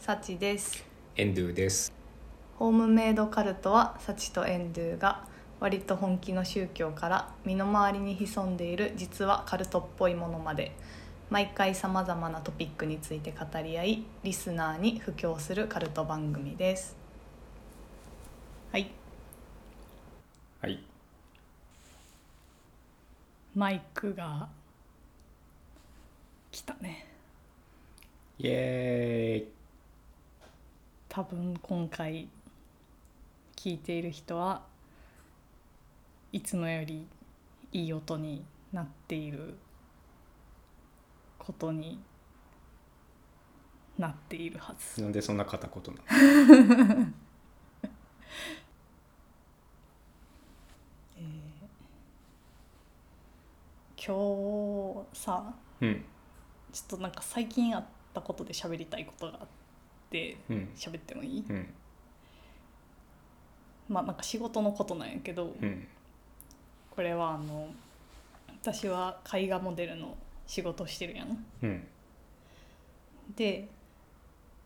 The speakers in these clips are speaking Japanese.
サチですエンドゥですホームメイドカルトはサチとエンドゥが割と本気の宗教から身の回りに潜んでいる実はカルトっぽいものまで毎回さまざまなトピックについて語り合いリスナーに布教するカルト番組ですはいはいマイクが来たねイエーイ多分今回聞いている人はいつもよりいい音になっていることになっているはずなんでそんな片言な今日さのうんちょっとなんか最近あったことで喋りたいことがあってうん喋ってもいいうんまあなんか仕事のことなんやけどうんこれはあの私は絵画モデルの仕事をしてるやん。うんで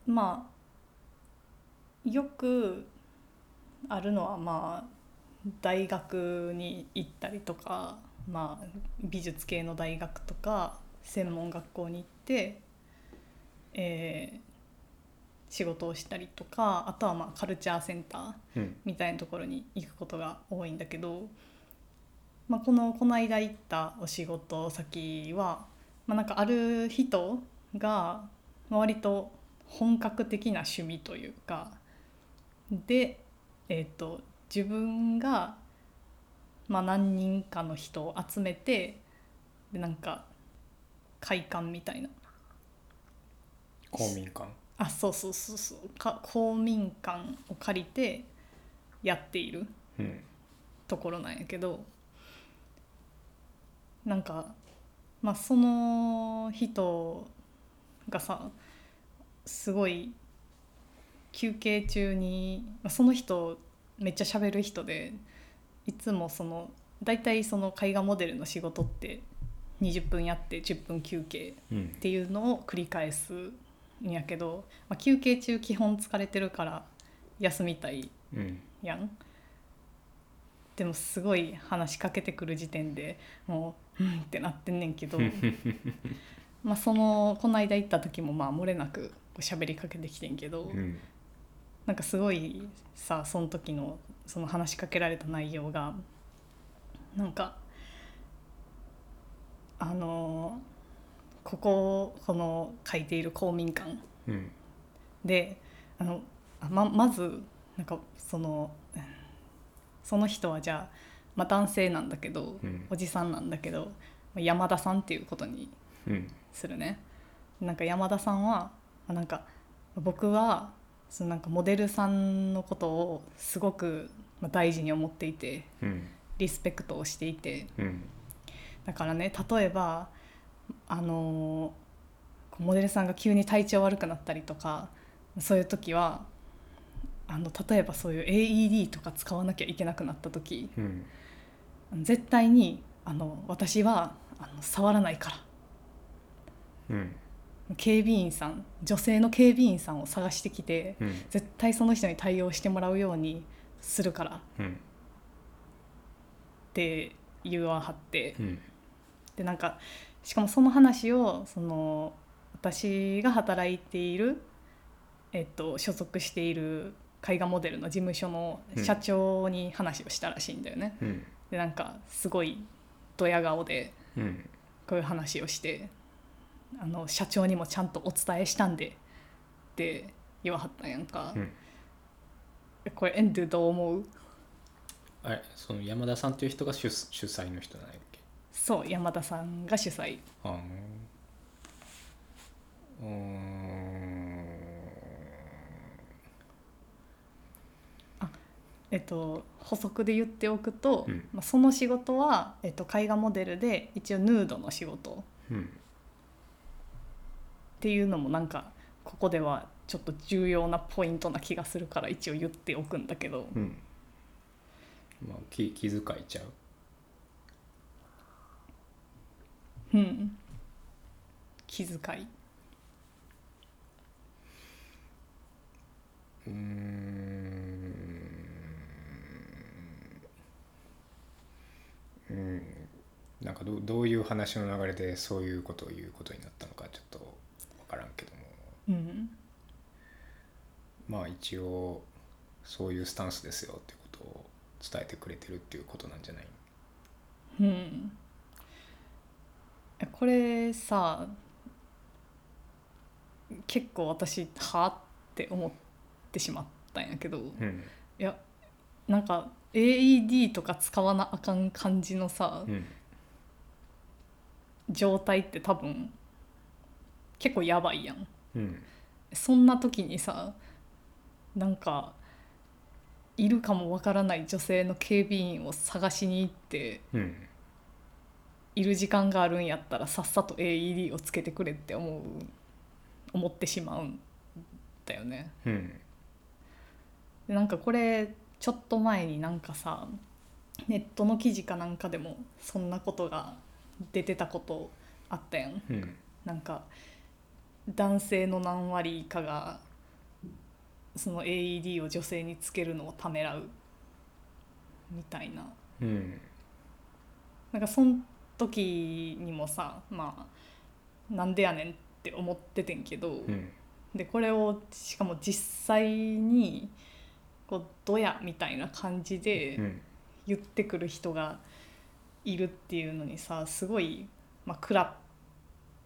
まあよくあるのはまあ大学に行ったりとか、まあ、美術系の大学とか専門学校に行って、えー仕事をしたりとかあとはまあカルチャーセンターうんみたいなところに行くことが多いんだけど、まあ、このこの間行ったお仕事先は、まあ、なんかある人がまあ割と本格的な趣味というかで、えー、と自分が、まあ、何人かの人を集めてでなんか会館みたいな公民館あそうそうそうそうか公民館を借りてやっている。うんところなんやけどなんか、まあ、その人がさすごい休憩中にまあその人めっちゃ喋る人でいつもその大体その絵画モデルの仕事って20分やって10分休憩うんっていうのを繰り返すんやけど、まあ、休憩中基本疲れてるから休みたいうんやんでもすごい話しかけてくる時点でもう「うん」ってなってんねんけどまあそのこの間行った時もまあ漏れなくこう喋りかけてきてんけど、うんなんかすごいさその時のその話しかけられた内容がなんかあのこここの書いている公民館うんであのあままずなんかそのうんその人はじゃあ、まあ、男性なんだけど、うんおじさんなんだけどまあ山田さんっていうことにうんするね。なんか山田さんはあなんか僕はそのなんかモデルさんのことをすごくまあ大事に思っていてうんリスペクトをしていてうんだからね例えばあのこうモデルさんが急に体調悪くなったりとかそういう時はあの例えばそういう AED とか使わなきゃいけなくなった時うん絶対にあの私はあの触らないからうん警備員さん女性の警備員さんを探してきてうん絶対その人に対応してもらうようにするからっうんて言わはって。うんでなんかしかもその話をその私が働いている、えっと、所属している絵画モデルの事務所の社長に話をしたらしいんだよね。うんでなんかすごいドヤ顔でうんこういう話をしてあの社長にもちゃんとお伝えしたんでって言わはったんやんか、うんこれエンドゥどう思うあれその山田さんという人が主主催の人なんやっけそう山田さんが主催あのうーんえっと、補足で言っておくと、うんまあ、その仕事は、えっと、絵画モデルで一応ヌードの仕事うんっていうのもなんかここではちょっと重要なポイントな気がするから一応言っておくんだけど、うんまあ気気遣いちゃううん、気遣いうーんうんなんかどうどういう話の流れでそういうことを言うことになったのかちょっと分からんけどもうんまあ一応そういうスタンスですよっていうことを伝えてくれてるっていうことなんじゃないうん、これさ結構私はあって思ってしまったんやけどいうんやなんか AED とか使わなあかん感じのさうん状態って多分結構やばいやん。うんそんな時にさなんかいるかもわからない女性の警備員を探しに行ってうんいる時間があるんやったらさっさと AED をつけてくれって思う思ってしまうんだよね。うんでなんかこれちょっと前になんかさネットの記事かなんかでもそんなことが出てたことあったやん。うんなんか男性の何割かがその AED を女性につけるのをためらうみたいなうんなんかその時にもさまあなんでやねんって思っててんけど、うんでこれをしかも実際にこうドヤみたいな感じでうん言ってくる人がいるっていうのにさすごい、まあ、食らっ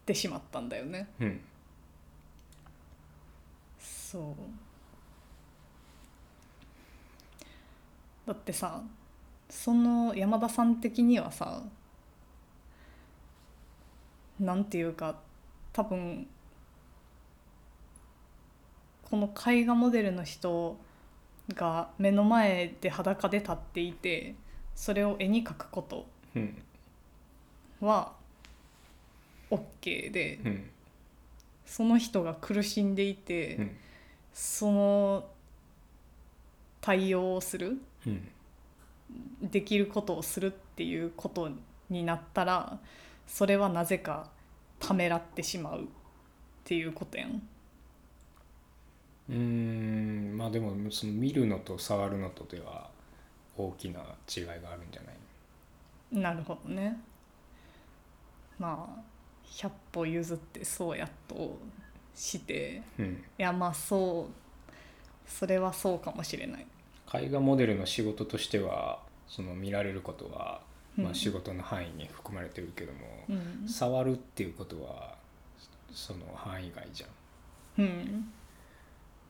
てしまったんだよね。うんそうだってさその山田さん的にはさなんていうか多分この絵画モデルの人が目の前で裸で立っていてそれを絵に描くことうんは OK でうんその人が苦しんでいて。うんその対応をするうんできることをするっていうことになったらそれはなぜかためらってしまうっていうことやん。うーんまあでもその見るのと触るのとでは大きな違いがあるんじゃないなるほどね。まあ100歩譲ってそうやとしてうんいやまあそうそれはそうかもしれない。絵画モデルの仕事としてはその見られることは、うんまあ、仕事の範囲に含まれてるけども、うん触るっていうことはその範囲外じゃうんん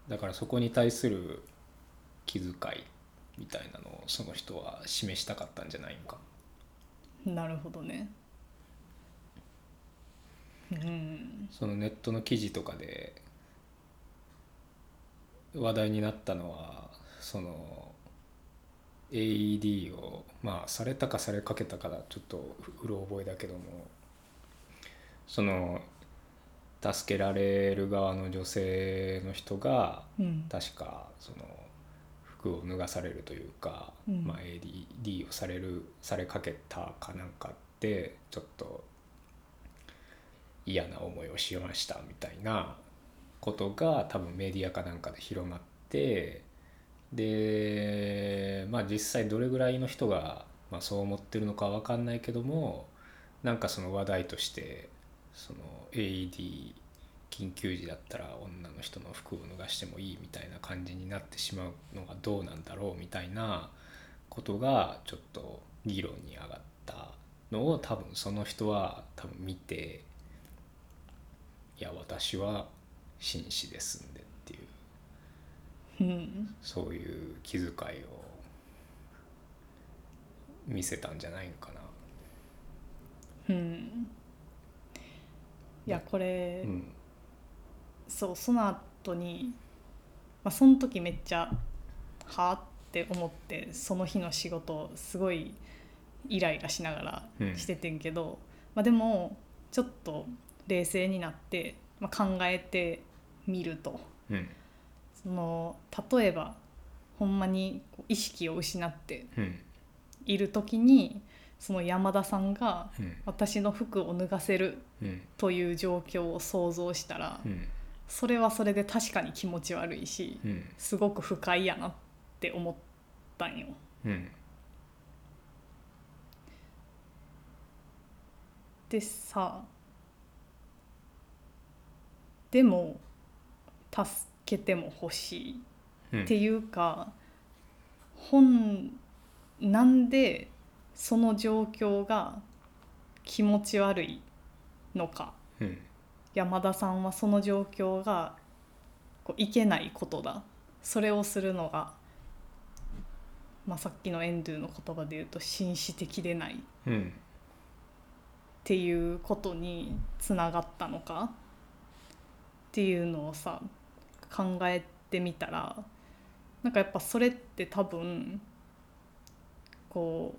だからそこに対する気遣いみたいなのをその人は示したかったんじゃないのかなるほどね。うんそのネットの記事とかで話題になったのはその AED をまあされたかされかけたからちょっとうろ覚えだけどもその助けられる側の女性の人がうん確かその服を脱がされるというか、うんまあ、ADD をされるされかけたかなんかってちょっと嫌な思いをしましたみたいなことが多分メディアかなんかで広まってでまあ実際どれぐらいの人が、まあ、そう思ってるのかは分かんないけどもなんかその話題としてその AED 緊急時だったら女の人の服を脱がしてもいいみたいな感じになってしまうのがどうなんだろうみたいなことがちょっと議論に上がったのを多分その人は多分見ていや私は紳士ですんでっていううんそういう気遣いを見せたんじゃないのかな。うんいやこれ、うんそうその後に、まあ、その時めっちゃはあって思ってその日の仕事すごいイライラしながうんらしててんけど、まあ、でもちょっと冷静になって、まあ、考えてみるとうんその例えばほんまにこう意識を失ってうんいる時にその山田さんがうん私の服を脱がせるうんという状況を想像したら、うんそれはそれで確かに気持ち悪いしうんすごく不快やなって思ったんようんでさでも助けても欲しいうんっていうか本なんでその状況が気持ち悪いのかうん山田さんはその状況がこういけないことだそれをするのが、まあ、さっきのエンドゥの言葉で言うと紳士的でないっうんていうことにつながったのかっていうのをさ考えてみたらなんかやっぱそれって多分こう、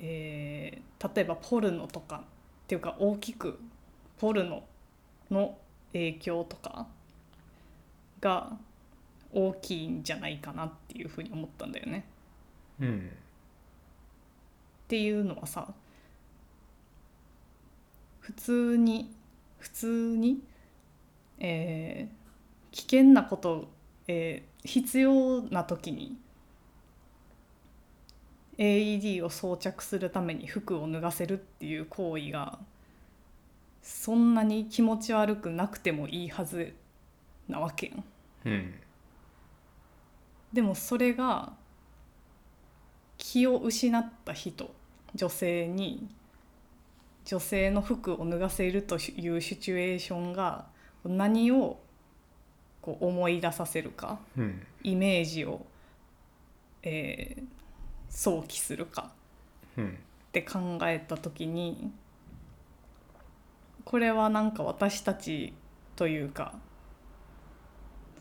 えー例えばポルノとかっていうか大きくポルノの影響とかが大きいんじゃないかなっていうふうに思ったんだよね。うんっていうのはさ普通に普通に、えー危険なこと、えー必要な時に AED を装着するために服を脱がせるっていう行為がそんなに気持ち悪くなくてもいいはずなわけやん。うんでもそれが気を失った人女性に女性の服を脱がせるというシチュエーションが何をこう思い出させるかうんイメージを、えー想起するかうんって考えた時にこれはなんか私たちというか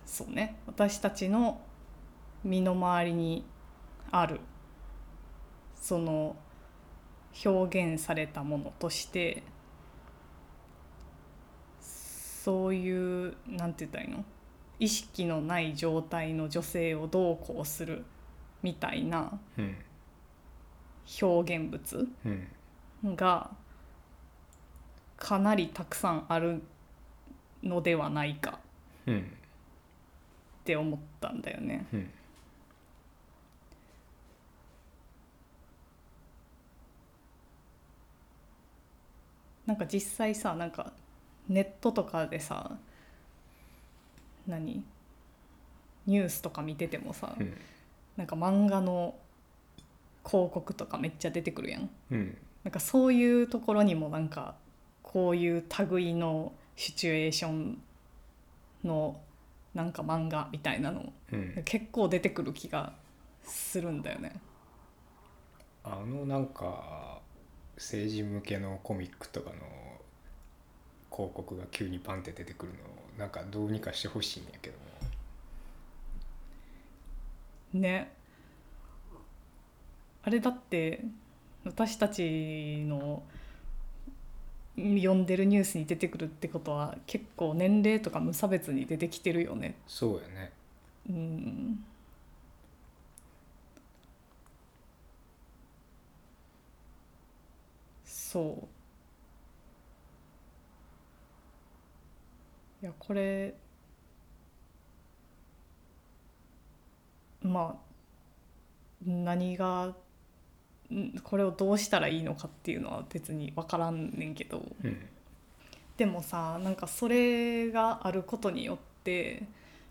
そうね私たちの身の回りにあるその表現されたものとしてそういうなんて言ったらいいの意識のない状態の女性をどうこうするみたいなうん表現物、うんがかなりたくさんあるのではないかうんって思ったんだよね。うんなんか実際さなんかネットとかでさ何ニュースとか見ててもさ、うんなんか漫画の広告とかめっちゃ出てくるやん。うんなんかそういうところにもなんかこういう類のシチュエーションのなんか漫画みたいなのうん結構出てくる気がするんだよね。あのなんか成人向けのコミックとかの広告が急にパンって出てくるのなんかどうにかしてほしいんやけどもね。あれだって私たちの読んでるニュースに出てくるってことは結構年齢とか無差別に出てきてるよねそうやねうんそういやこれまあ何がんこれをどうしたらいいのかっていうのは別に分からんねんけど、うんでもさなんかそれがあることによって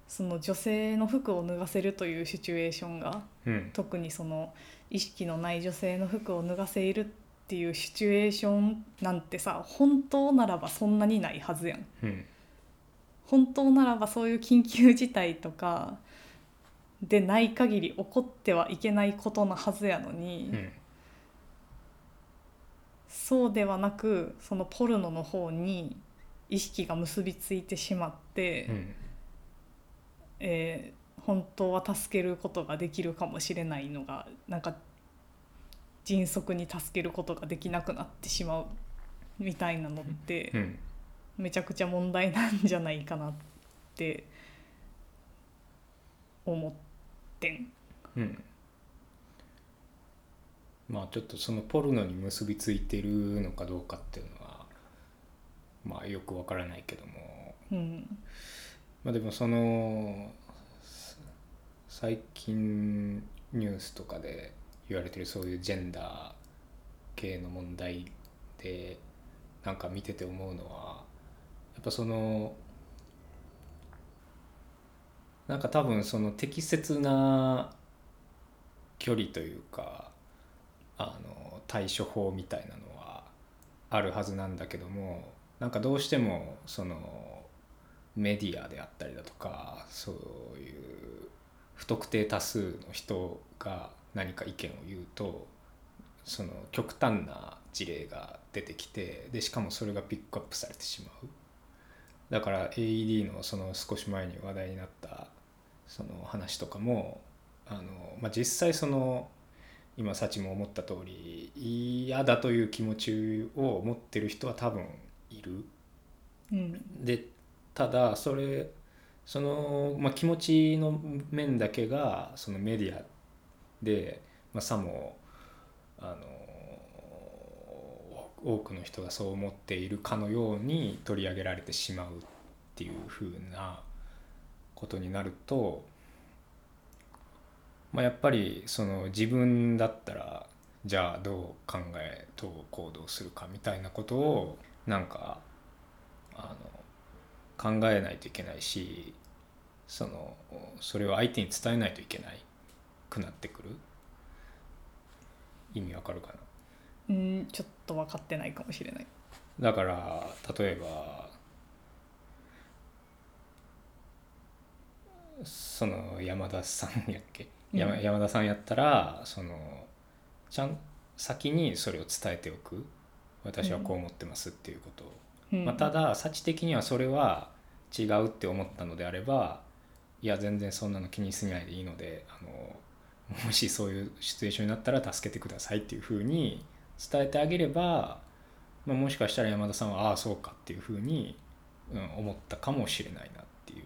その女性の服を脱がせるというシチュエーションがうん特にその意識のない女性の服を脱がせるっていうシチュエーションなんてさ本当ならばそんなにないはずやん。うん本当ならばそういう緊急事態とかでない限り起こってはいけないことなはずやのに。うんそうではなくそのポルノの方に意識が結びついてしまって、うんえー本当は助けることができるかもしれないのがなんか迅速に助けることができなくなってしまうみたいなのってうんめちゃくちゃ問題なんじゃないかなって思ってん。うんまあちょっとそのポルノに結びついてるのかどうかっていうのはまあよくわからないけどもうんまあ、でもそのす最近ニュースとかで言われてるそういうジェンダー系の問題でなんか見てて思うのはやっぱそのなんか多分その適切な距離というかあの対処法みたいなのはあるはずなんだけどもなんかどうしてもそのメディアであったりだとかそういう不特定多数の人が何か意見を言うとその極端な事例が出てきてでしかもそれがピックアップされてしまうだから AED のその少し前に話題になったその話とかもあの、まあ、実際その今幸も思った通り嫌だという気持ちを持ってる人は多分いる。うんでただそれその、まあ、気持ちの面だけがそのメディアで、まあ、さもあの多くの人がそう思っているかのように取り上げられてしまうっていうふうなことになると、まあ、やっぱりその自分だったらじゃあどう考えどう行動するかみたいなことをなんかあの考えないといけないしそのそれを相手に伝えないといけないくなってくる意味わかるかなうん、ちょっと分かってないかもしれないだから例えばその山田さんやっけ、山うん山田さんやったらそのちゃん先にそれを伝えておく私はこう思ってますっていうことを、うんまあ、ただ幸的にはそれは違うって思ったのであればいや全然そんなの気にしないでいいのであのもしそういうシチュエーションになったら助けてくださいっていうふうに伝えてあげれば、まあ、もしかしたら山田さんはああそうかっていうふうに、うん、思ったかもしれないなっていう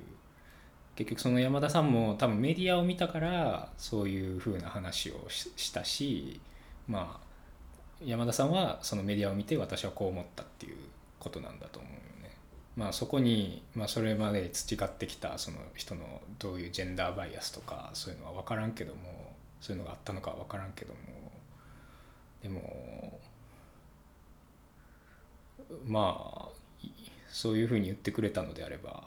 結局その山田さんも多分メディアを見たからそういうふうな話をししたしまあ山田さんはそのメディアを見て私はこう思ったっていうことなんだと思うよね。まあ、そこに、まあ、それまで培ってきたその人のどういうジェンダーバイアスとかそういうのは分からんけどもそういうのがあったのかは分からんけどもでもまあいそういうふうに言ってくれたのであれば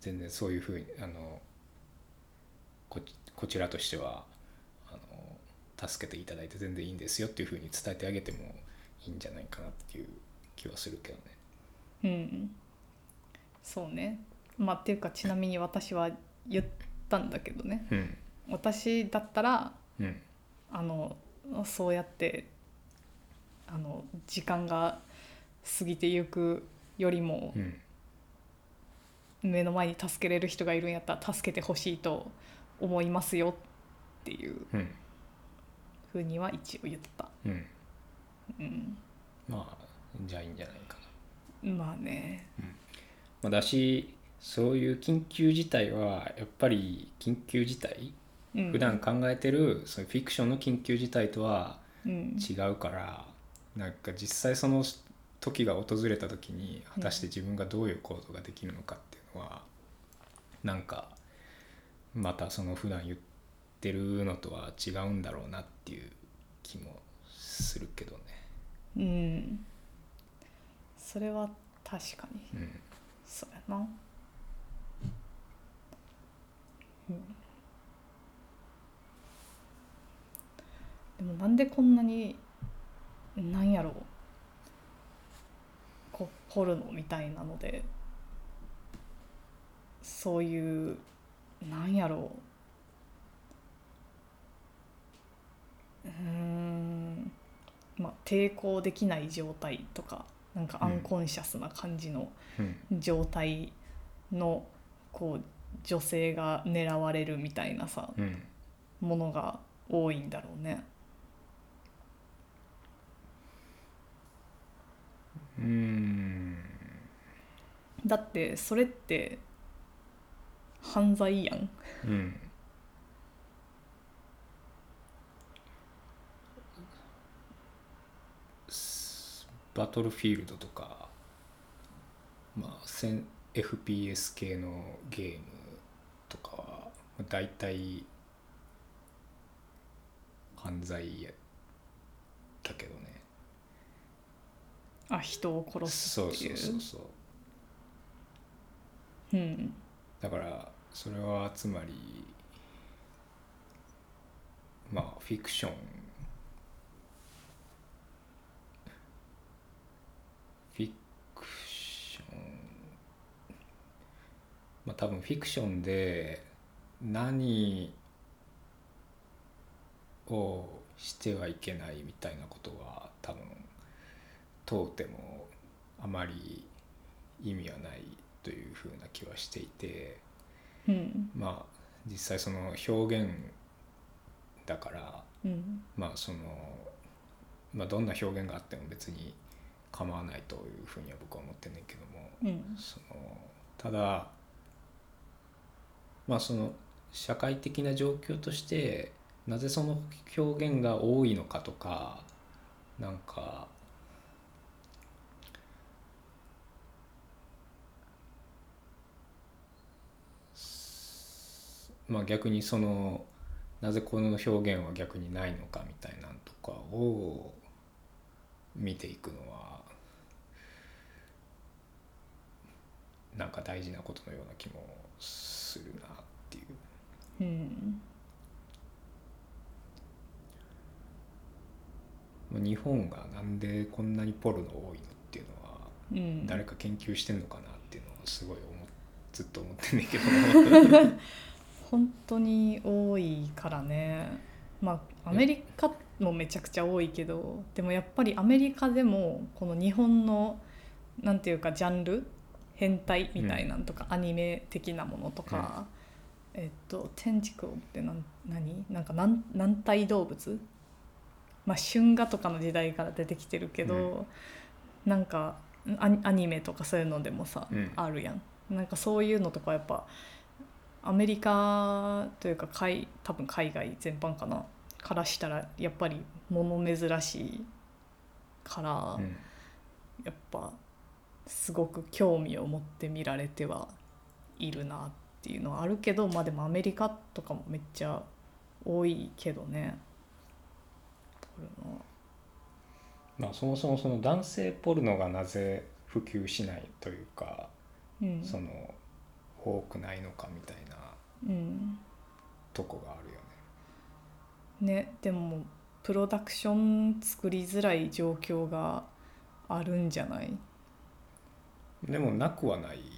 全然そういうふうにあのここちらとしてはあの助けていただいて全然いいんですよっていうふうに伝えてあげてもいいんじゃないかなっていう気はするけどね。うんそうねまあっていうかちなみに私は言ったんだけどねうん私だったらうんあのそうやってあの時間が過ぎてゆくよりもうん目の前に助けれる人がいるんやったら助けてほしいと思いますよっていううんふうには一応言った、うんうん、まあじゃあいいんじゃないかな。まあねまあ、だしそういう緊急事態はやっぱり緊急事態うん普段考えてるそのフィクションの緊急事態とはうん違うからなんか実際その時が訪れた時に果たして自分がどういう行動ができるのかっていうのはなんかまたその普段言ってるのとは違うんだろうなっていう気もするけどね。うんそれは確かにうんそうやな、うんでもなんでこんなになんやろうこポルノみたいなのでそういうなんやろううーんまあ抵抗できない状態とかなんかアンコンシャスな感じの、うん状態のこう女性が狙われるみたいなさうんものが多いんだろうね。うーんだってそれって犯罪やん。うんバトルフィールドとかまあ、せん FPS 系のゲームとかはまあ大体犯罪やったけどねあ人を殺すそうっていそううそうそううんだからそれはつまりまあフィクションフィクションまあ多分フィクションで何をしてはいけないみたいなことは多分問うてもあまり意味はないというふうな気はしていて。うんまあ実際その表現だからうんまあその、まあ、どんな表現があっても別に構わないというふうには僕は思ってんねんけどもうんそのただまあその社会的な状況としてなぜその表現が多いのかとかなんかまあ逆にそのなぜこの表現は逆にないのかみたいなんとかを見ていくのはなんか大事なことのような気もするなっていううんまあ日本がなんでこんなにポルノ多いのっていうのはうん誰か研究してんのかなっていうのはすごい思っずっと思ってんねん けど本当に多いからねまあアメリカもめちゃくちゃ多いけどでもやっぱりアメリカでもこの日本のなんていうかジャンル変態みたいなんとか、アニメ的なものとか、えっと天竺ってなん何なんか軟軟体動物まあ春画とかの時代から出てきてるけど、なんかアニアニメとかそういうのでもさ、うんあるやんなんかそういうのとかやっぱアメリカというか海多分海外全般かなからしたらやっぱり物珍しいから、うんやっぱすごく興味を持って見られてはいるなっていうのはあるけどまあでもアメリカとかもめっちゃ多いけどね。これのまあそもそもその男性ポルノがなぜ普及しないというかうんその多くないのかみたいなうんとこがあるよね。ねでもプロダクション作りづらい状況があるんじゃないでもなくはないよね。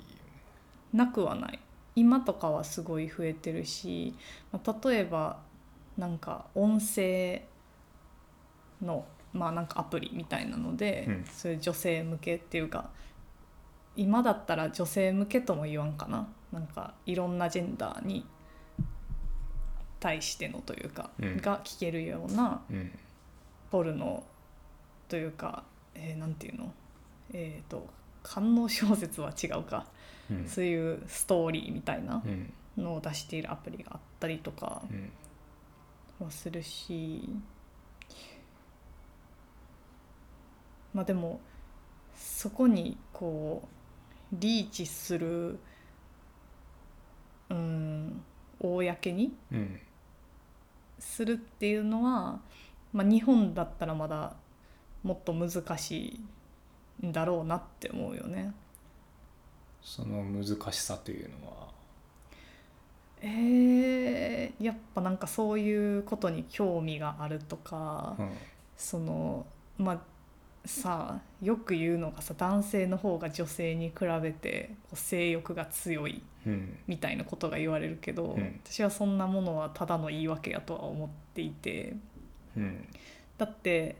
なくはない今とかはすごい増えてるし、まあ、例えばなんか音声のまあなんかアプリみたいなので、うんそういう女性向けっていうか今だったら女性向けとも言わんかななんかいろんなジェンダーに対してのというか、うんが聞けるようなうんポルノというか、えーなんていうのえっ、と官能小説は違うかうんそういうストーリーみたいなうんのを出しているアプリがあったりとかうんはするしまあでもそこにこうリーチするうん公にうんするっていうのは、まあ、日本だったらまだもっと難しいんだろうなって思うよね。その難しさというのは。えーやっぱなんかそういうことに興味があるとか、うんそのまあさあよく言うのがさ男性の方が女性に比べてこう性欲が強いうんみたいなことが言われるけど、うん私はそんなものはただの言い訳やとは思っていてうんだって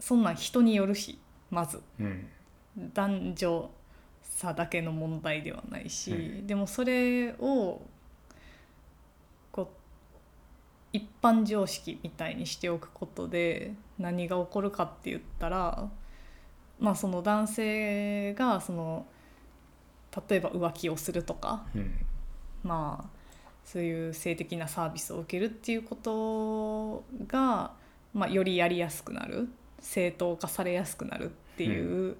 そんなん人によるしまずうん男女差だけの問題ではないし、うんでもそれをこう一般常識みたいにしておくことで何が起こるかって言ったらまあその男性がその例えば浮気をするとかうんまあそういう性的なサービスを受けるっていうことが、まあ、よりやりやすくなる正当化されやすくなるっていう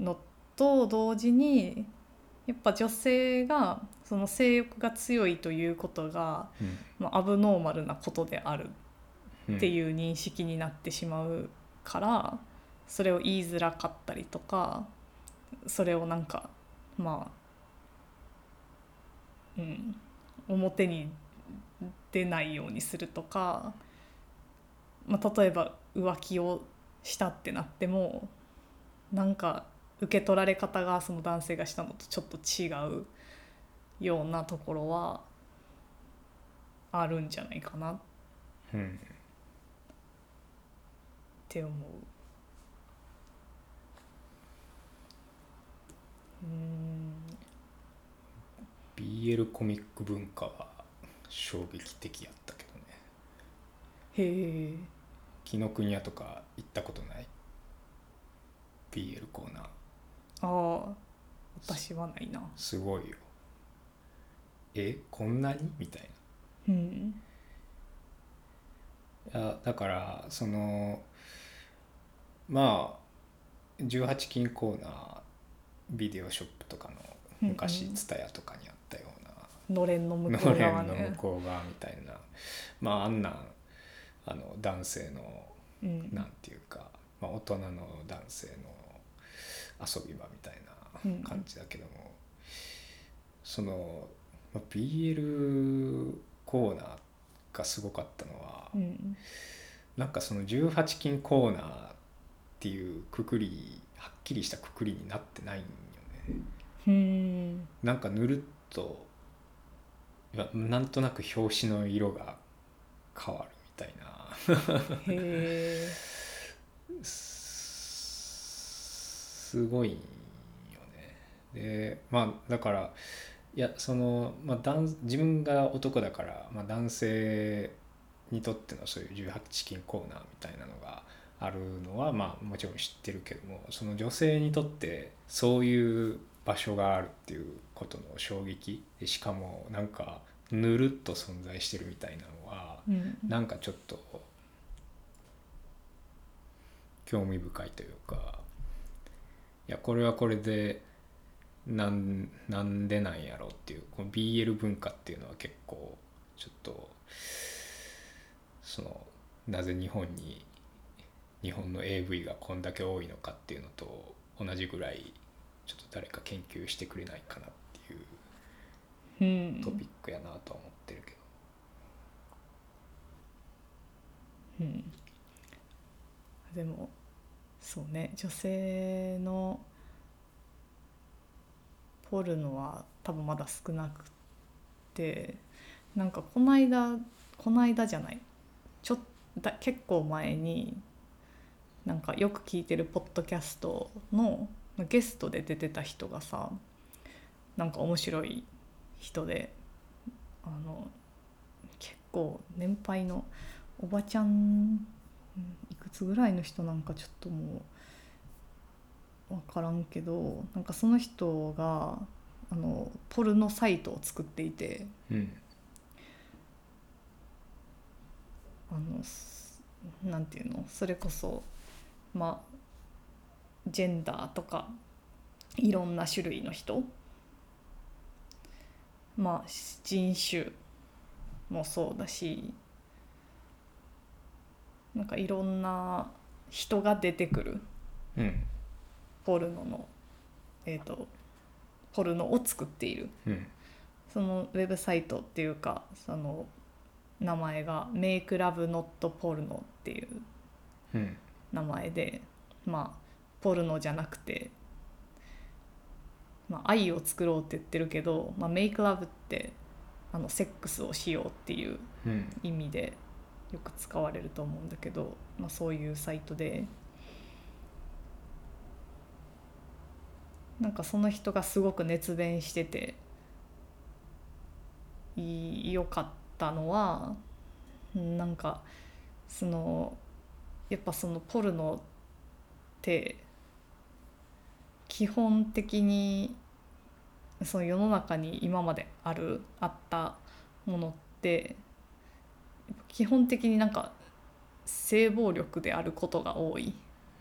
のと同時にやっぱ女性がその性欲が強いということが、まあ、アブノーマルなことであるうんっていう認識になってしまうからそれを言いづらかったりとかそれをなんかまあうん表に出ないようにするとか、まあ、例えば浮気をしたってなってもなんか受け取られ方がその男性がしたのとちょっと違うようなところはあるんじゃないかなっうんうんって思う。うーん BL コミック文化は衝撃的やったけどねへえ。紀ノ国屋とか行ったことない BL コーナーああ、私はないな。すごいよえこんなにみたいうん。ないやだからそのまあ18金コーナービデオショップとかのう昔んうん TSUTAYA とかにあったようなのれんの向このうれ側んの向ね。こう側みたいなまああんなんあの男性のうん。なんていうか、まあ、大人の男性の遊び場みたいうんな感じだけども、そのまあ BL コーナーがすごかったのは、うん。なんかその18禁コーナーっていうくくりはっきりしたくくりになってないんよね。うん。なんかぬるっといやなんとなく表紙の色が変わるみたいな。へえ。すごいよね。でまあだからいやその、まあ、男自分が男だから、まあ、男性にとってのそういう18金コーナーみたいなのがあるのは、まあ、もちろん知ってるけどもその女性にとってそういう場所があるっていうことの衝撃でしかもなんかぬるっと存在してるみたいなのはうん。なんかちょっと興味深いというかいやこれはこれでなんなんでなんやろうっていうこの BL 文化っていうのは結構ちょっとそのなぜ日本に日本の AV がこんだけ多いのかっていうのと同じぐらいちょっと誰か研究してくれないかなっていううトピん。ックやなとは思ってるけど。うん。でも。そうね。女性の。ポルノは多分まだ少なくてなんかこの間この間じゃないちょっだ結構前になんかよく聞いてるポッドキャストのゲストで出てた人がさなんか面白い人であの結構年配のおばちゃんうんいくつぐらいの人なんかちょっともう分からんけどなんかその人があのポルノサイトを作っていて。うんあのすなんていうのそれこそまあジェンダーとかいろんな種類の人まあし人種もそうだしなんかいろんな人が出てくるうんポルノのえっ、とポルノを作っているうんそのウェブサイトっていうかその名前が「メイクラブノットポルノ」っていううん名前でまあポルノじゃなくて、まあ、愛を作ろうって言ってるけど、まあ、メイクラブってあのセックスをしようっていううん意味でよく使われると思うんだけど、まあ、そういうサイトでなんかその人がすごく熱弁してていいよかったのはなんかそのやっぱそのポルノって基本的にその世の中に今まであるあったものって基本的になんか性暴力であることが多い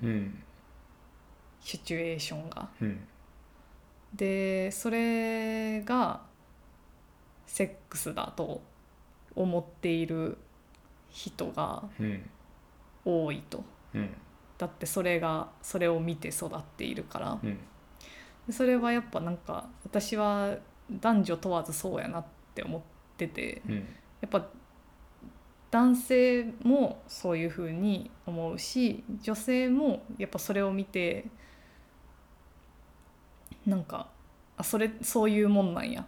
うんシチュエーションがうんでそれがセックスだと思っている人がうん多いとうんだってそれがそれを見て育っているからうんでそれはやっぱなんか私は男女問わずそうやなって思っててうんやっぱ男性もそういうふうに思うし女性もやっぱそれを見てなんかあそれそういうもんなんやっ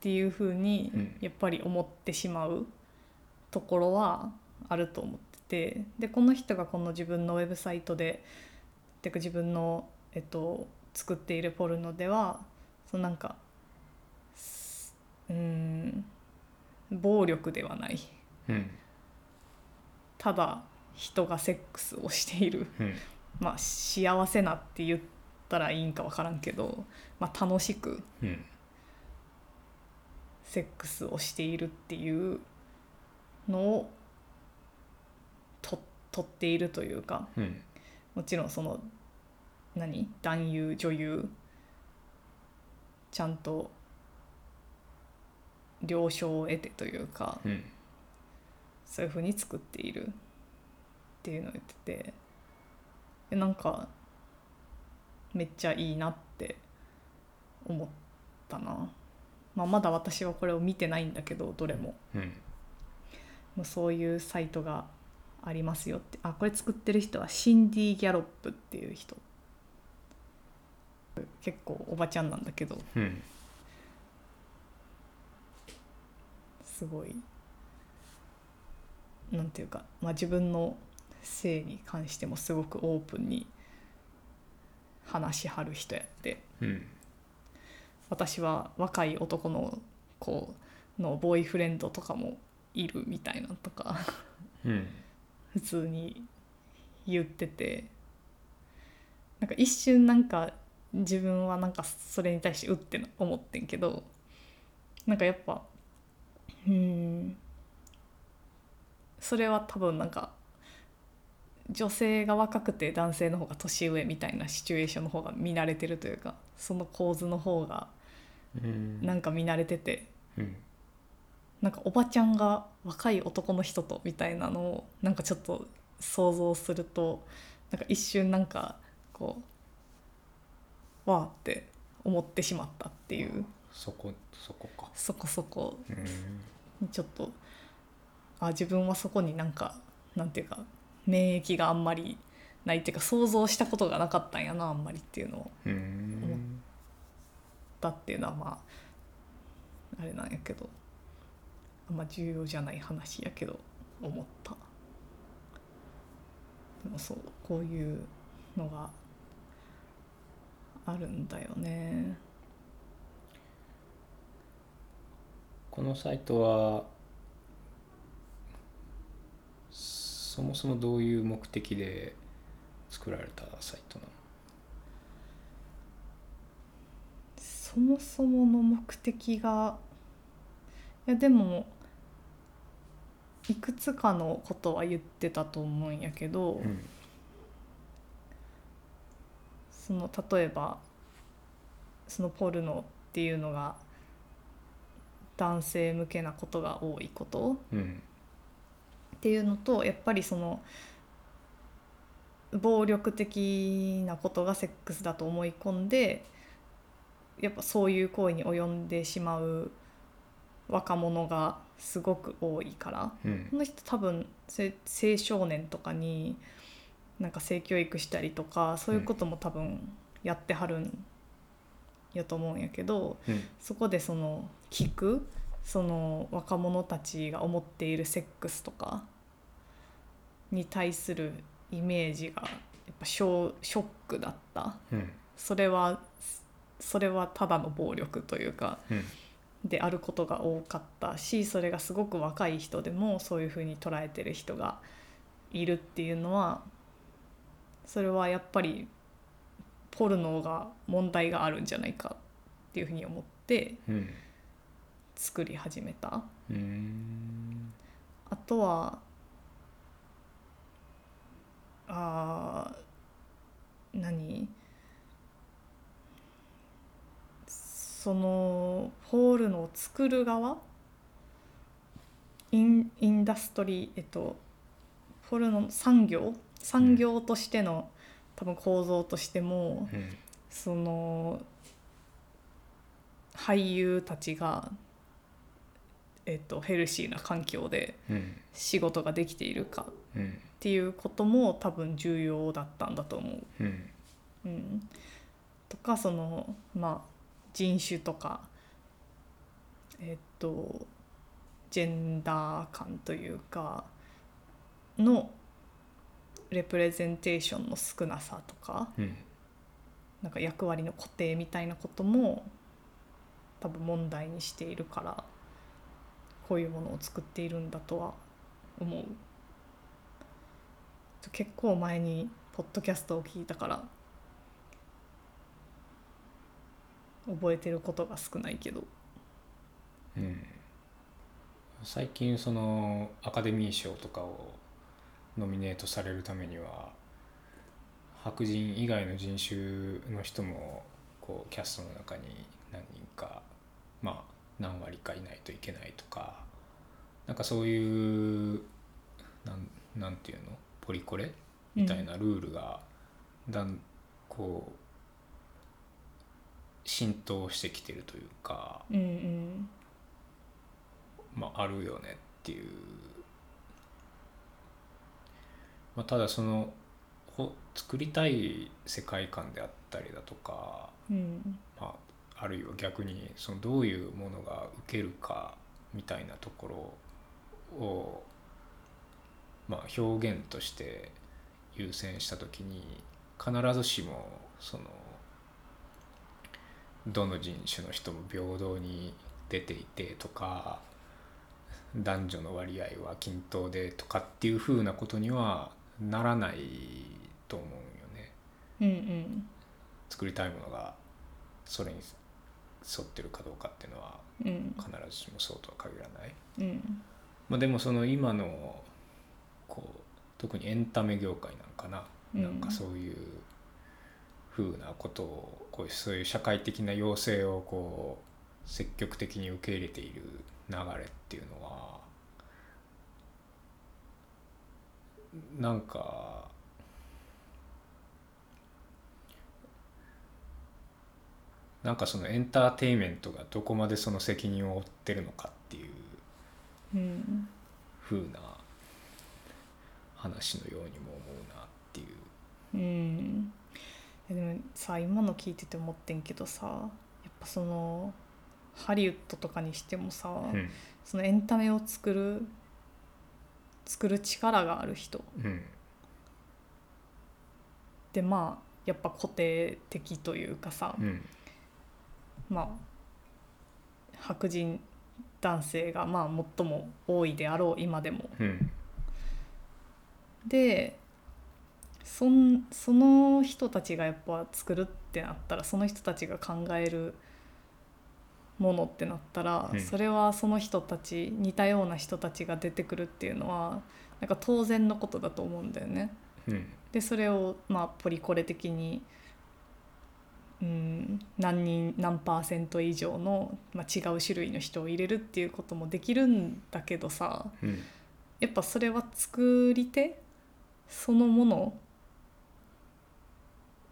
ていうふうにうんやっぱり思ってしまうところはあると思っててでこの人がこの自分のウェブサイトでてか自分の、えっと、作っているポルノではそのなんかすうーん暴力ではないうんただ人がセックスをしているうんまあ幸せなって言ったらいいんか分からんけど、まあ、楽しくうんセックスをしているっていうのをと取っているというかうんもちろんその何男優女優ちゃんと了承を得てというかうんそういうふうに作っているっていうのを言っててでなんかめっちゃいいなって思ったな、まあ、まだ私はこれを見てないんだけどどれもうんもうそういうサイトがありますよってあこれ作ってる人はシンディ・ギャロップっていう人結構おばちゃんなんだけどうんすごいなんていうか、まあ、自分の性に関してもすごくオープンに話しはる人やってうん私は若い男の子のボーイフレンドとかもいるみたいなとかうん普通に言っててなんか一瞬なんか自分はなんかそれに対してうって思ってんけどなんかやっぱうーんそれは多分なんか女性が若くて男性の方が年上みたいなシチュエーションの方が見慣れてるというかその構図の方がうんなんか見慣れててうんなんかおばちゃんが若い男の人とみたいなのをなんかちょっと想像するとなんか一瞬なんかこうわーって思ってしまったっていうそこそこかそこそこうんにちょっとあ自分はそこになんかなんていうか免疫があんまりないっていうか想像したことがなかったんやなあんまりっていうのをうんだっていうのはまああれなんやけどあんま重要じゃない話やけど思ったでもそうこういうのがあるんだよねこのサイトはそもそもどういう目的で作られたサイトなのそもそもの目的がいやでもいくつかのことは言ってたと思うんやけど、うんその例えばそのポルノっていうのが男性向けなことが多いことうんっていうのとやっぱりその暴力的なことがセックスだと思い込んでやっぱそういう行為に及んでしまう若者がすごく多いからうんこの人多分せ青少年とかになんか性教育したりとかそういうことも多分やってはるんやと思うんやけどうんそこでその聞くその若者たちが思っているセックスとかに対するイメージがやっぱショショックだったうんそれはそれはただの暴力というかうんであることが多かったしそれがすごく若い人でもそういうふうに捉えてる人がいるっていうのはそれはやっぱりポルノが問題があるんじゃないかっていうふうに思ってうん作り始めた。うんあとはあー何そのホールの作る側インインダストリーえっとホールの産業産業としての、多分構造としてもうんその俳優たちが、えっと、ヘルシーな環境でうん仕事ができているかっうんていうことも多分重要だったんだと思う。うんうん、とかそのまあ人種とかえっとジェンダー感というかのレプレゼンテーションの少なさとかうんなんか役割の固定みたいなことも多分問題にしているからこういうものを作っているんだとは思う結構前にポッドキャストを聞いたから覚えてることが少ないけどうん最近そのアカデミー賞とかをノミネートされるためには白人以外の人種の人もこうキャストの中に何人かまあ何割かいないといけないとかなんかそういうなんなんていうのポリコレみたいなルールがだんこう浸透してきてるというか。うんうんまあ、あるよねっていう、まあ、ただそのほ作りたい世界観であったりだとか、うんまあ、あるいは逆にそのどういうものが受けるかみたいなところを、まあ、表現として優先した時に必ずしもそのどの人種の人も平等に出ていてとか男女の割合は均等でとかっていうふうなことにはならないと思うんよね。うんうん作りたいものがそれに沿ってるかどうかっていうのはうん必ずしもそうとは限らない、うんまあ、でもその今のこう特にエンタメ業界なんかな、うんなんかそういう風なことをこうそういう社会的な要請をこう積極的に受け入れている流れっていうのはなんかなんかそのエンターテインメントがどこまでその責任を負ってるのかっていううん風な話のようにも思うなっていう。うん、でもさ今の聞いてて思ってんけどさやっぱそのハリウッドとかにしてもさ、うんそのエンタメを作る作る力がある人うんでまあやっぱ固定的というかさ、うんまあ白人男性がまあ最も多いであろう今でも。うんでそんその人たちがやっぱ作るってなったらその人たちが考えるものってなったら、うんそれはその人たち似たような人たちが出てくるっていうのはなんか当然のことだと思うんだよね。うんでそれをまあポリコレ的にうん何人何パーセント以上の、まあ、違う種類の人を入れるっていうこともできるんだけどさ、うんやっぱそれは作り手そのもの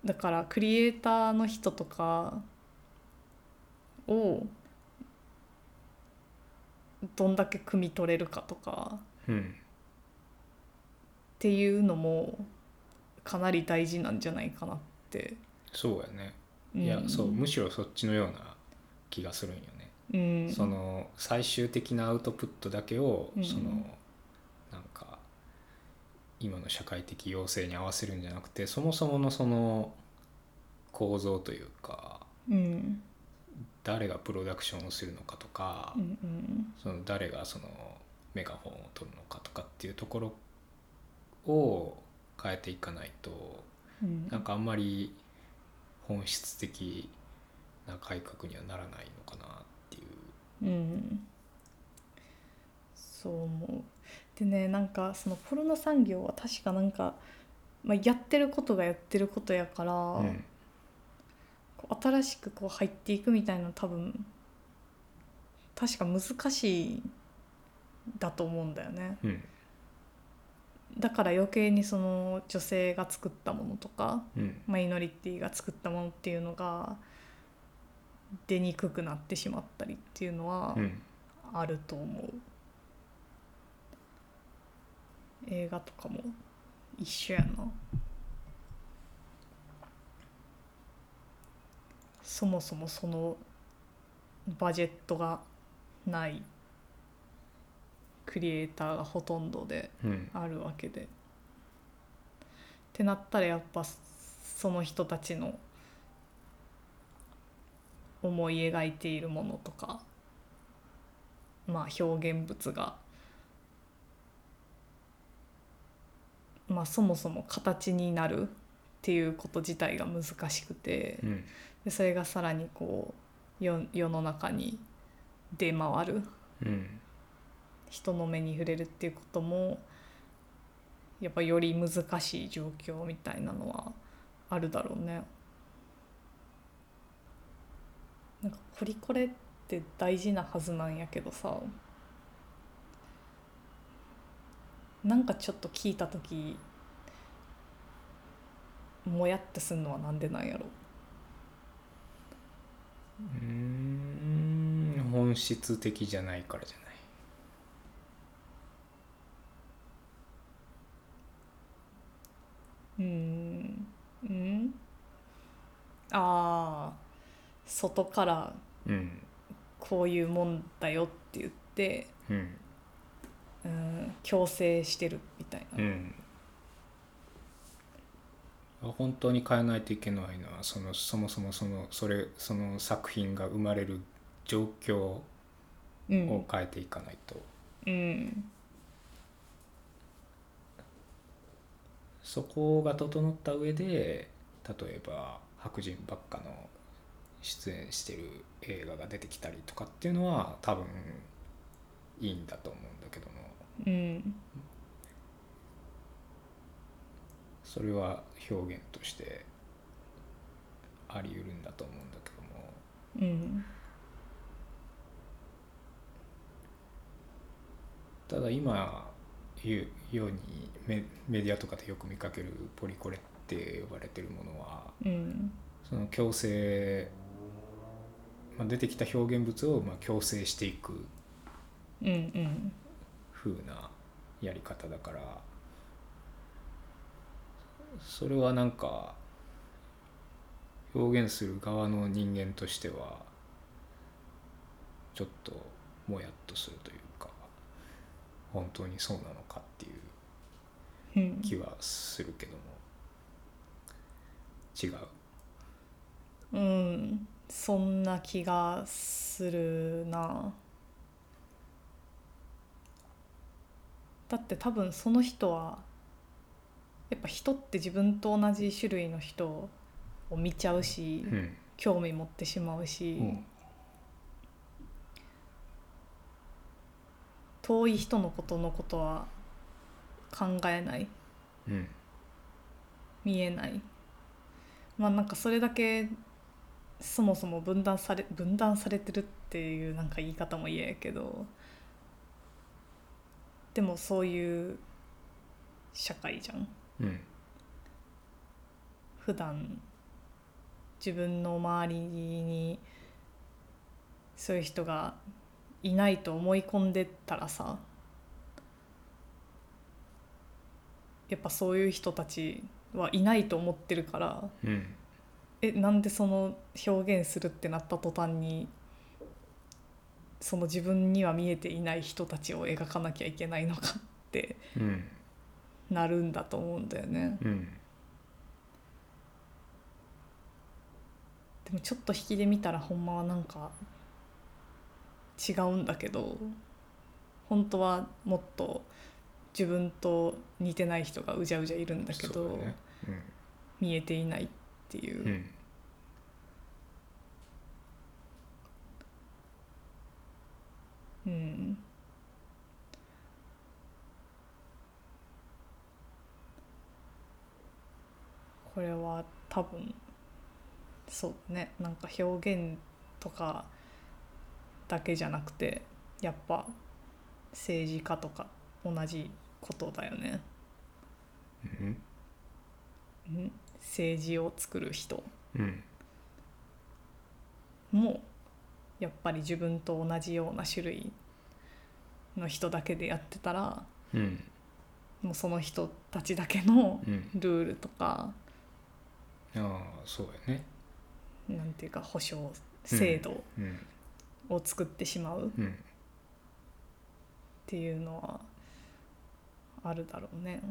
だからクリエイターの人とかをどんだけ汲み取れるかとかうんっていうのもかなり大事なんじゃないかなって。そうやねんいやそうむしろそっちのような気がするんよね。うん、その最終的なアウトプットだけをうんそのなんか今の社会的要請に合わせるんじゃなくてそもそものその構造というかうん誰がプロダクションをするのかとかうんうんその誰がそのメガホンを取るのかとかっていうところを変えていかないとうんなんかあんまり本質的な改革にはならないのかなっていう。うんそう思うでねなんかそのポルノ産業は確かなんか、まあ、やってることがやってることやから、うんこ新しくこう入っていくみたいな多分確か難しいだと思うんだよねうんだから余計にその女性が作ったものとかうんマイノリティが作ったものっていうのが出にくくなってしまったりっていうのはうんあると思う、映画とかも一緒やなそもそもそのバジェットがないクリエイターがほとんどでうんあるわけで。ってなったらやっぱその人たちの思い描いているものとかまあ表現物がまあそもそも形になるっていうこと自体が難しくてうんでそれがさらにこう世世の中に出回るうん人の目に触れるっていうこともやっぱより難しい状況みたいなのはあるだろうね。なんかポリコレって大事なはずなんやけどさなんかちょっと聞いた時もやってすんのはなんでなんやろうーん本質的じゃないからじゃないうんうんああ外からうんこういうもんだよって言って、うんうん、強制してるみたいな、うん本当に変えないといけないのはそのそもそもそのそれその作品が生まれる状況をうん変えていかないと、うんそこが整った上で例えば白人ばっかの出演してる映画が出てきたりとかっていうのは多分いいんだと思うんだけどもうんそれは表現としてあり得るんだと思うんだけどもうんただ今言うようにメメディアとかでよく見かけるポリコレって呼ばれてるものはうんその強制、まあ、出てきた表現物をまあ強制していくうんうん風なやり方だからそれはなんか表現する側の人間としてはちょっともやっとするというか本当にそうなのかっていううん気はするけども違ううんそんな気がするなだって多分その人はやっぱ人って自分と同じ種類の人を見ちゃうし、うん興味持ってしまうし、うん遠い人のことのことは考えないうん見えないまあなんかそれだけそもそも分断され分断されてるっていうなんか言い方も嫌やけどでもそういう社会じゃんうん普段自分の周りにそういう人がいないと思い込んでたらさやっぱそういう人たちはいないと思ってるからうんえなんでその表現するってなった途端にその自分には見えていない人たちを描かなきゃいけないのかってうんなるんだと思うんだよね。うんでもちょっと引きで見たらほんまはなんか違うんだけど本当はもっと自分と似てない人がうじゃうじゃいるんだけそどうだね見えていないっていう、うんうんうんこれは多分そうねなんか表現とかだけじゃなくてやっぱ政治家とか同じことだよねうんん政治を作る人うんもやっぱり自分と同じような種類の人だけでやってたらうんもうその人たちだけのうんルールとかああそうやねなんていうか保障制度うんを作ってしまうっうんていうのはあるだろうね。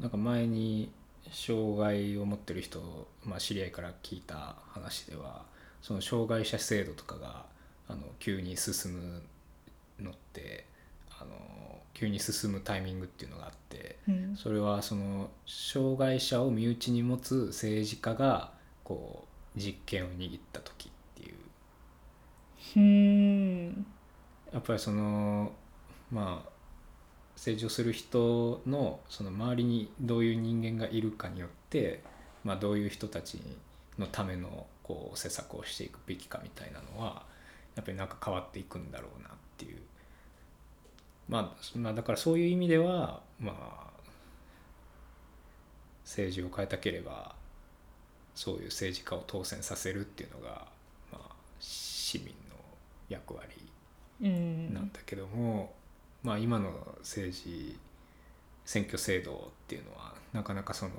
なんか前に障害を持ってる人、まあ、知り合いから聞いた話ではその障害者制度とかがあの急に進むのってあの急に進むタイミングっていうのがあってうんそれはその障害者を身内に持つ政治家がこう実権を握った時っていううんやっぱりそのまあ成長する人のその周りにどういう人間がいるかによって、まあ、どういう人たちのためのこう施策をしていくべきかみたいなのはやっぱりなんか変わっていくんだろうなっていう、まあ、まあだからそういう意味ではまあ政治を変えたければそういう政治家を当選させるっていうのが、まあ、市民の役割うんなんだけども、まあ今の政治選挙制度っていうのはなかなかその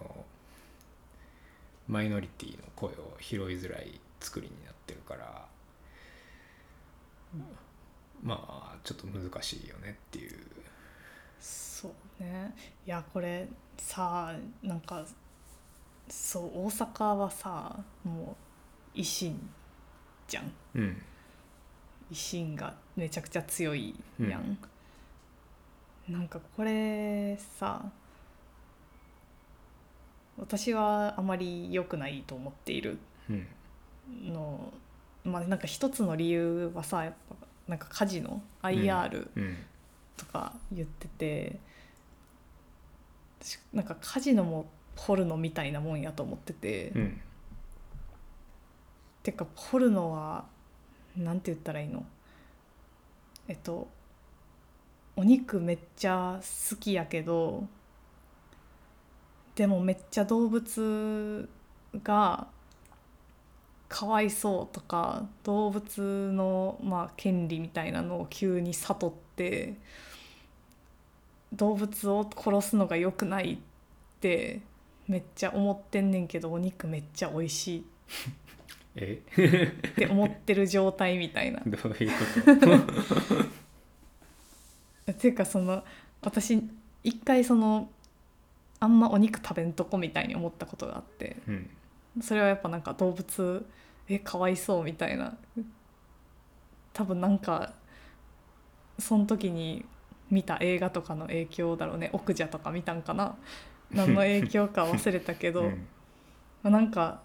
マイノリティの声を拾いづらい作りになってるからまあちょっと難しいよねっていうそうねいやこれさなんかそう大阪はさもう維新じゃんうん維新がめちゃくちゃ強いや、うんなんかこれさ私はあまり良くないと思っているうんのまあなんか一つの理由はさやっぱなんかカジノ IR、うんとか言ってて私なんかカジノもポルノみたいなもんやと思ってて、うんてかポルノはなんて言ったらいいのえっとお肉めっちゃ好きやけどでもめっちゃ動物がかわいそうとか動物の、まあ、権利みたいなのを急に悟って動物を殺すのが良くないってめっちゃ思ってんねんけどお肉めっちゃ美味しいえ。って思ってる状態みたいなどういうことっていうかその私一回そのあんまお肉食べんとこみたいに思ったことがあってうんそれはやっぱなんか動物えかわいそうみたいな多分なんかその時に見た映画とかの影響だろうね「奥者」とか見たんかな何の影響か忘れたけど、 うまんあなんか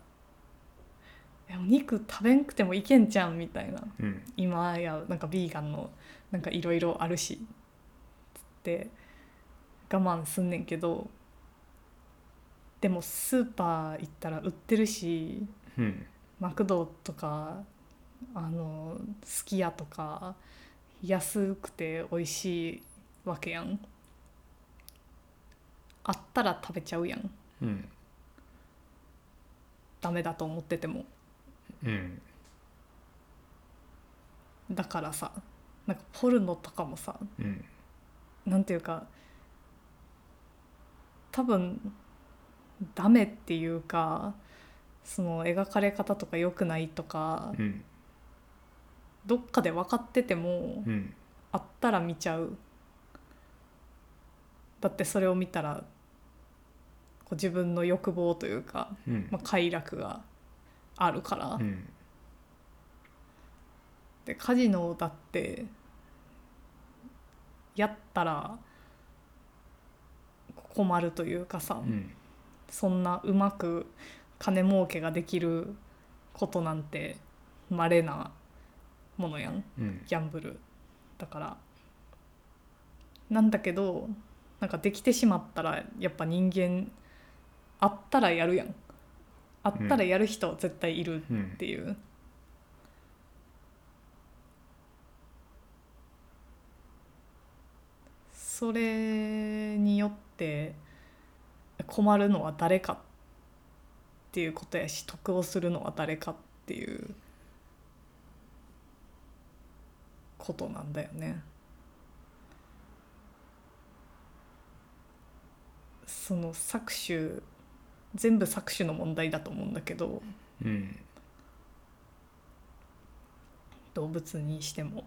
えお肉食べんくてもいけんじゃんみたいなうん今やなんかビーガンのなんかいろいろあるしつって我慢すんねんけどでもスーパー行ったら売ってるしうんマクドとかあのすき家とか安くて美味しいわけやんあったら食べちゃうやんうんダメだと思っててもうんだからさなんかポルノとかもさうんなんていうか多分ダメっていうかその描かれ方とか良くないとかうんどっかで分かっててもうんあったら見ちゃうだってそれを見たらこう自分の欲望というか、うんまあ、快楽があるから、うんでカジノだってやったら困るというかさ、うんそんなうまく金儲けができることなんて稀なものやんうんギャンブルだからなんだけどなんかできてしまったらやっぱ人間あったらやるやんあったらやる人絶対いるうんっていう、それによって困るのは誰かっていうことやし得をするのは誰かっていうことなんだよね。その搾取全部搾取の問題だと思うんだけど、うん動物にしても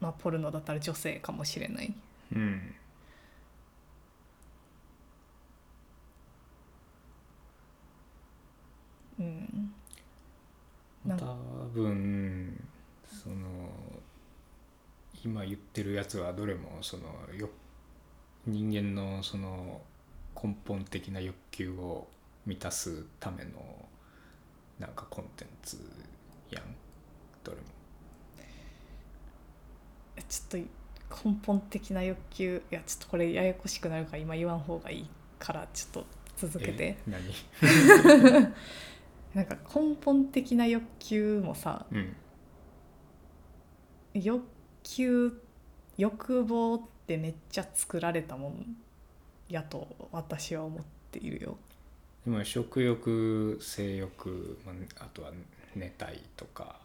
まあポルノだったら女性かもしれないうんうんな多ん分その今言ってるやつはどれもそのよ人間のその根本的な欲求を満たすためのなんかコンテンツやんどれもちょっと根本的な欲求いやちょっとこれややこしくなるから今言わん方がいいからちょっと続けてえ何 なんか根本的な欲求もさうん欲求欲望ってめっちゃ作られたもんやと私は思っているよでも食欲性欲、まあ、あとは寝たいとか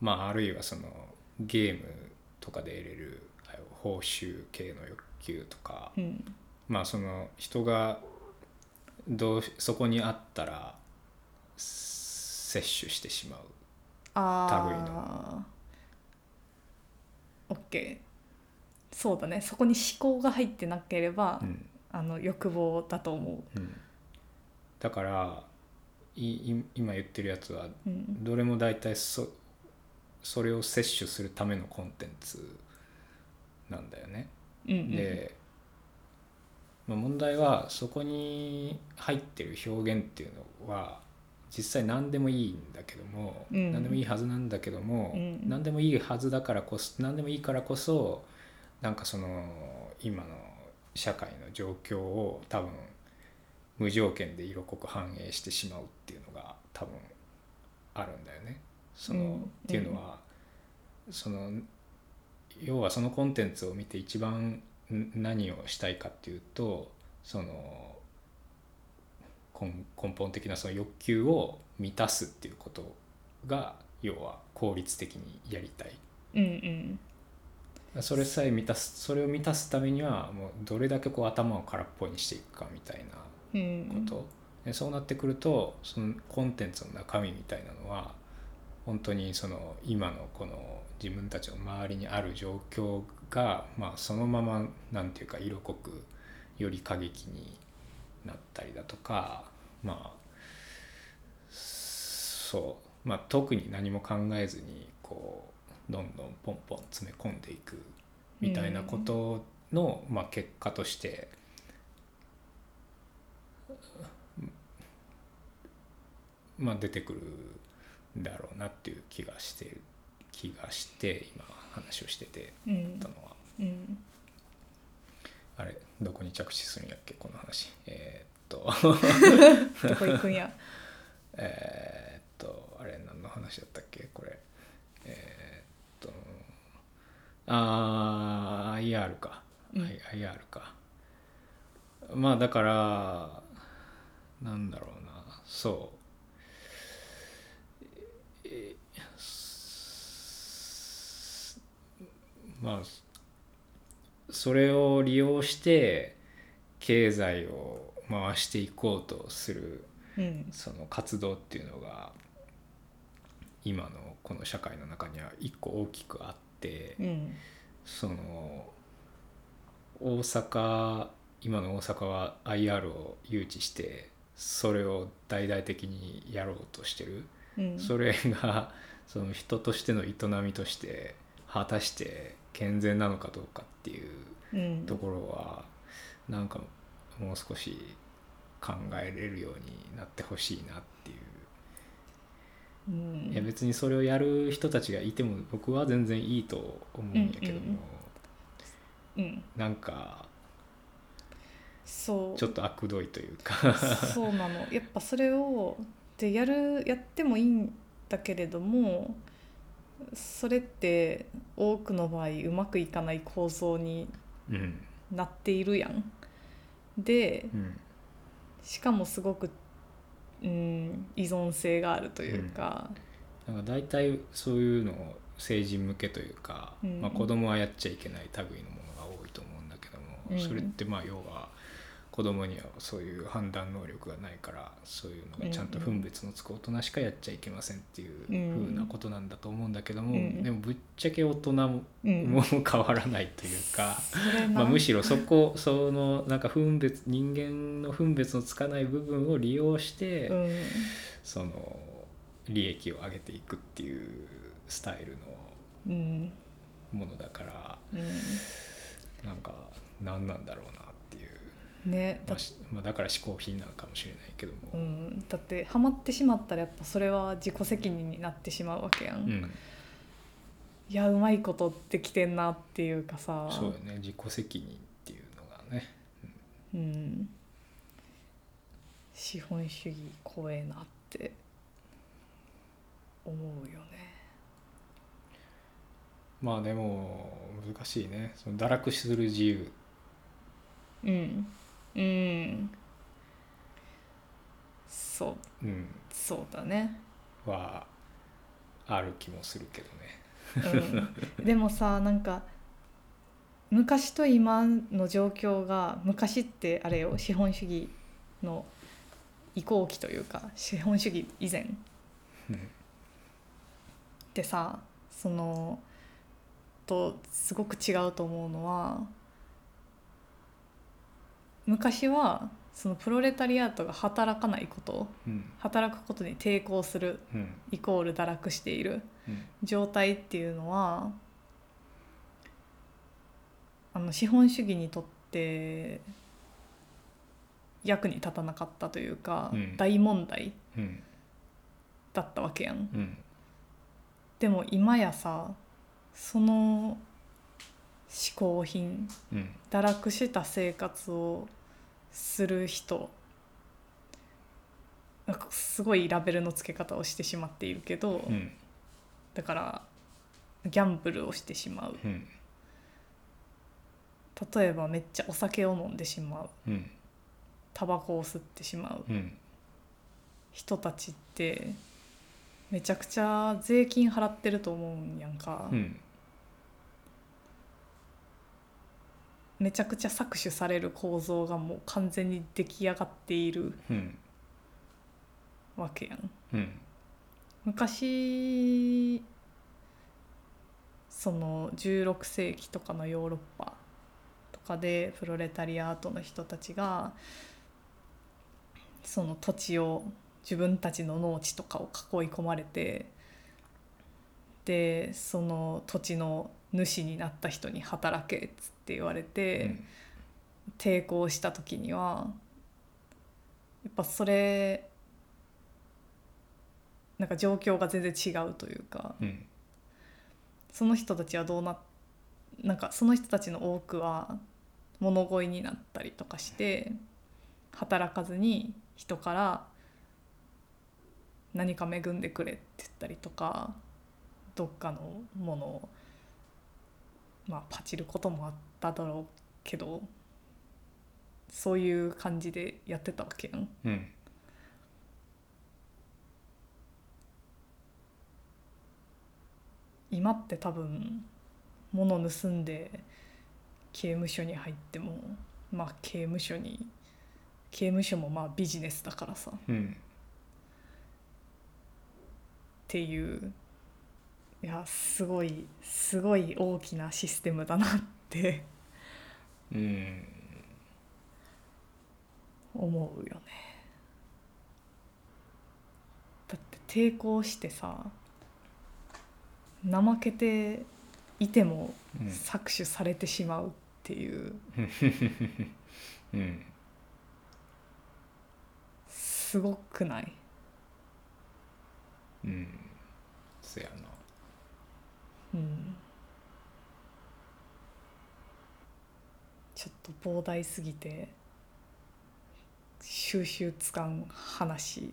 まああるいはそのゲームとかで得れるあの報酬系の欲求とかうんまあその人がどうそこにあったら摂取してしまう類ああ OK そうだねそこに思考が入ってなければ、うんあの欲望だと思うん、だからいい今言ってるやつはう、うん、どれも大体そそれを摂取するためのコンテンツなんだよね。うんうんで、まあ、問題はそこに入ってる表現っていうのは実際何でもいいんだけども、うん何でもいいはずなんだけども、うん何でもいいはずだからこそ何でもいいからこそなんかその今の社会の状況を多分無条件で色濃く反映してしまうっていうのが多分あるんだよね。そのうんっていうのは、その要はそのコンテンツを見て一番ん何をしたいかっていうとその根根本的なその欲求を満たすっていうことが要は効率的にやりたいうんうんそれさえ満たすそれを満たすためにはもうどれだけこう頭を空っぽにしていくかみたいなうんこと、でそうなってくるとそのコンテンツの中身みたいなのは本当にその今のこの自分たちの周りにある状況が、まあ、そのままなんていうか色濃くより過激になったりだとかまあそう、まあ、特に何も考えずにこうどんどんポンポン詰め込んでいくみたいなことの、まあ、結果としてまあ、出てくるんだろうなっていう気がしてる気がして今話をしててうん思ったのは、うんあれどこに着地するんやっけこの話えーっとどこ行くん やえーっとあれ何の話だったっけこれえーっとあー IR か、うん I- IR かまあだからなんだろうなそうえーまあそれを利用して経済を回していこうとするうんその活動っていうのが今のこの社会の中には一個大きくあってうんその大阪今の大阪は IR を誘致してそれを大々的にやろうとしてるうんそれがその人としての営みとして果たして健全なのかどうかっていううんところはなんかもう少し考えれるようになってほしいなっていうういやん別にそれをやる人たちがいても僕は全然いいと思うんやけども、うんなんかそうちょっと悪どいというかそうなのやっぱそれをでやるやってもいいんだけれどもそれって多くの場合うまくいかない構造にうんなっているやん。でうんしかもすごく、うん、依存性があるというか、なんか大体そういうのを成人向けというか、うんまあ、子供はやっちゃいけない類のものが多いと思うんだけども、うんそれってまあ要は子供にはそういう判断能力がないからそういうのがちゃんと分別のつく大人しかやっちゃいけませんっていううんふうなことなんだと思うんだけども、うんでもぶっちゃけ大人も,、うんもう変わらないというか。それなまあ、むしろそこそのなんか分別人間の分別のつかない部分を利用して、うん、その利益を上げていくっていうスタイルうんのものだからうなんか何なんだろうなっていう、ん、ねだまあしまあ、だから嗜好品なのかもしれないけども、うん、だってハマってしまったらやっぱそれは自己責任になってしまうわけやん、うんいやうまいことできてんなっていうかさそうよね自己責任っていうのがねうん、資本主義怖えなって思うよねまあでも難しいねその堕落する自由うんうんそううんそうだね、はある気もするけどね。うん、でもさなんか昔と今の状況が昔ってあれよ資本主義の移行期というか資本主義以前うんってさそのとすごく違うと思うのは昔はそのプロレタリアートが働かないことうん働くことに抵抗するうんイコール堕落しているうん状態っていうのはあの資本主義にとって役に立たなかったというか、うん大問題うんだったわけやん。うんでも今やさその嗜好品うん堕落した生活をする人なんかすごいラベルの付け方をしてしまっているけど、うんだからギャンブルをしてしまううん例えばめっちゃお酒を飲んでしまううんタバコを吸ってしまううん人たちってめちゃくちゃ税金払ってると思うんやんか、うんめちゃくちゃ搾取される構造がもう完全に出来上がっているうんわけやんうん昔その16世紀とかのヨーロッパとかでプロレタリアートの人たちがその土地を自分たちの農地とかを囲い込まれてでその土地の主になった人に働けっつって言われて。抵抗した時にはやっぱそれなんか状況が全然違うというかうんその人たちはどうななんかその人たちの多くは物乞いになったりとかして働かずに人から何か恵んでくれって言ったりとかどっかのものを、まあ、パチることもあっただろうけどそういう感じでやってたわけやん。うん今って多分物盗んで刑務所に入ってもまあ刑務所に刑務所もまあビジネスだからさっうんていういやすごいすごい大きなシステムだなって うん思うよね。だって抵抗してさ怠けていてもうん搾取されてしまうっていう。うんすごくないうんそやなうんちょっと膨大すぎて収集つかん話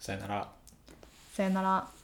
さよなら。さよなら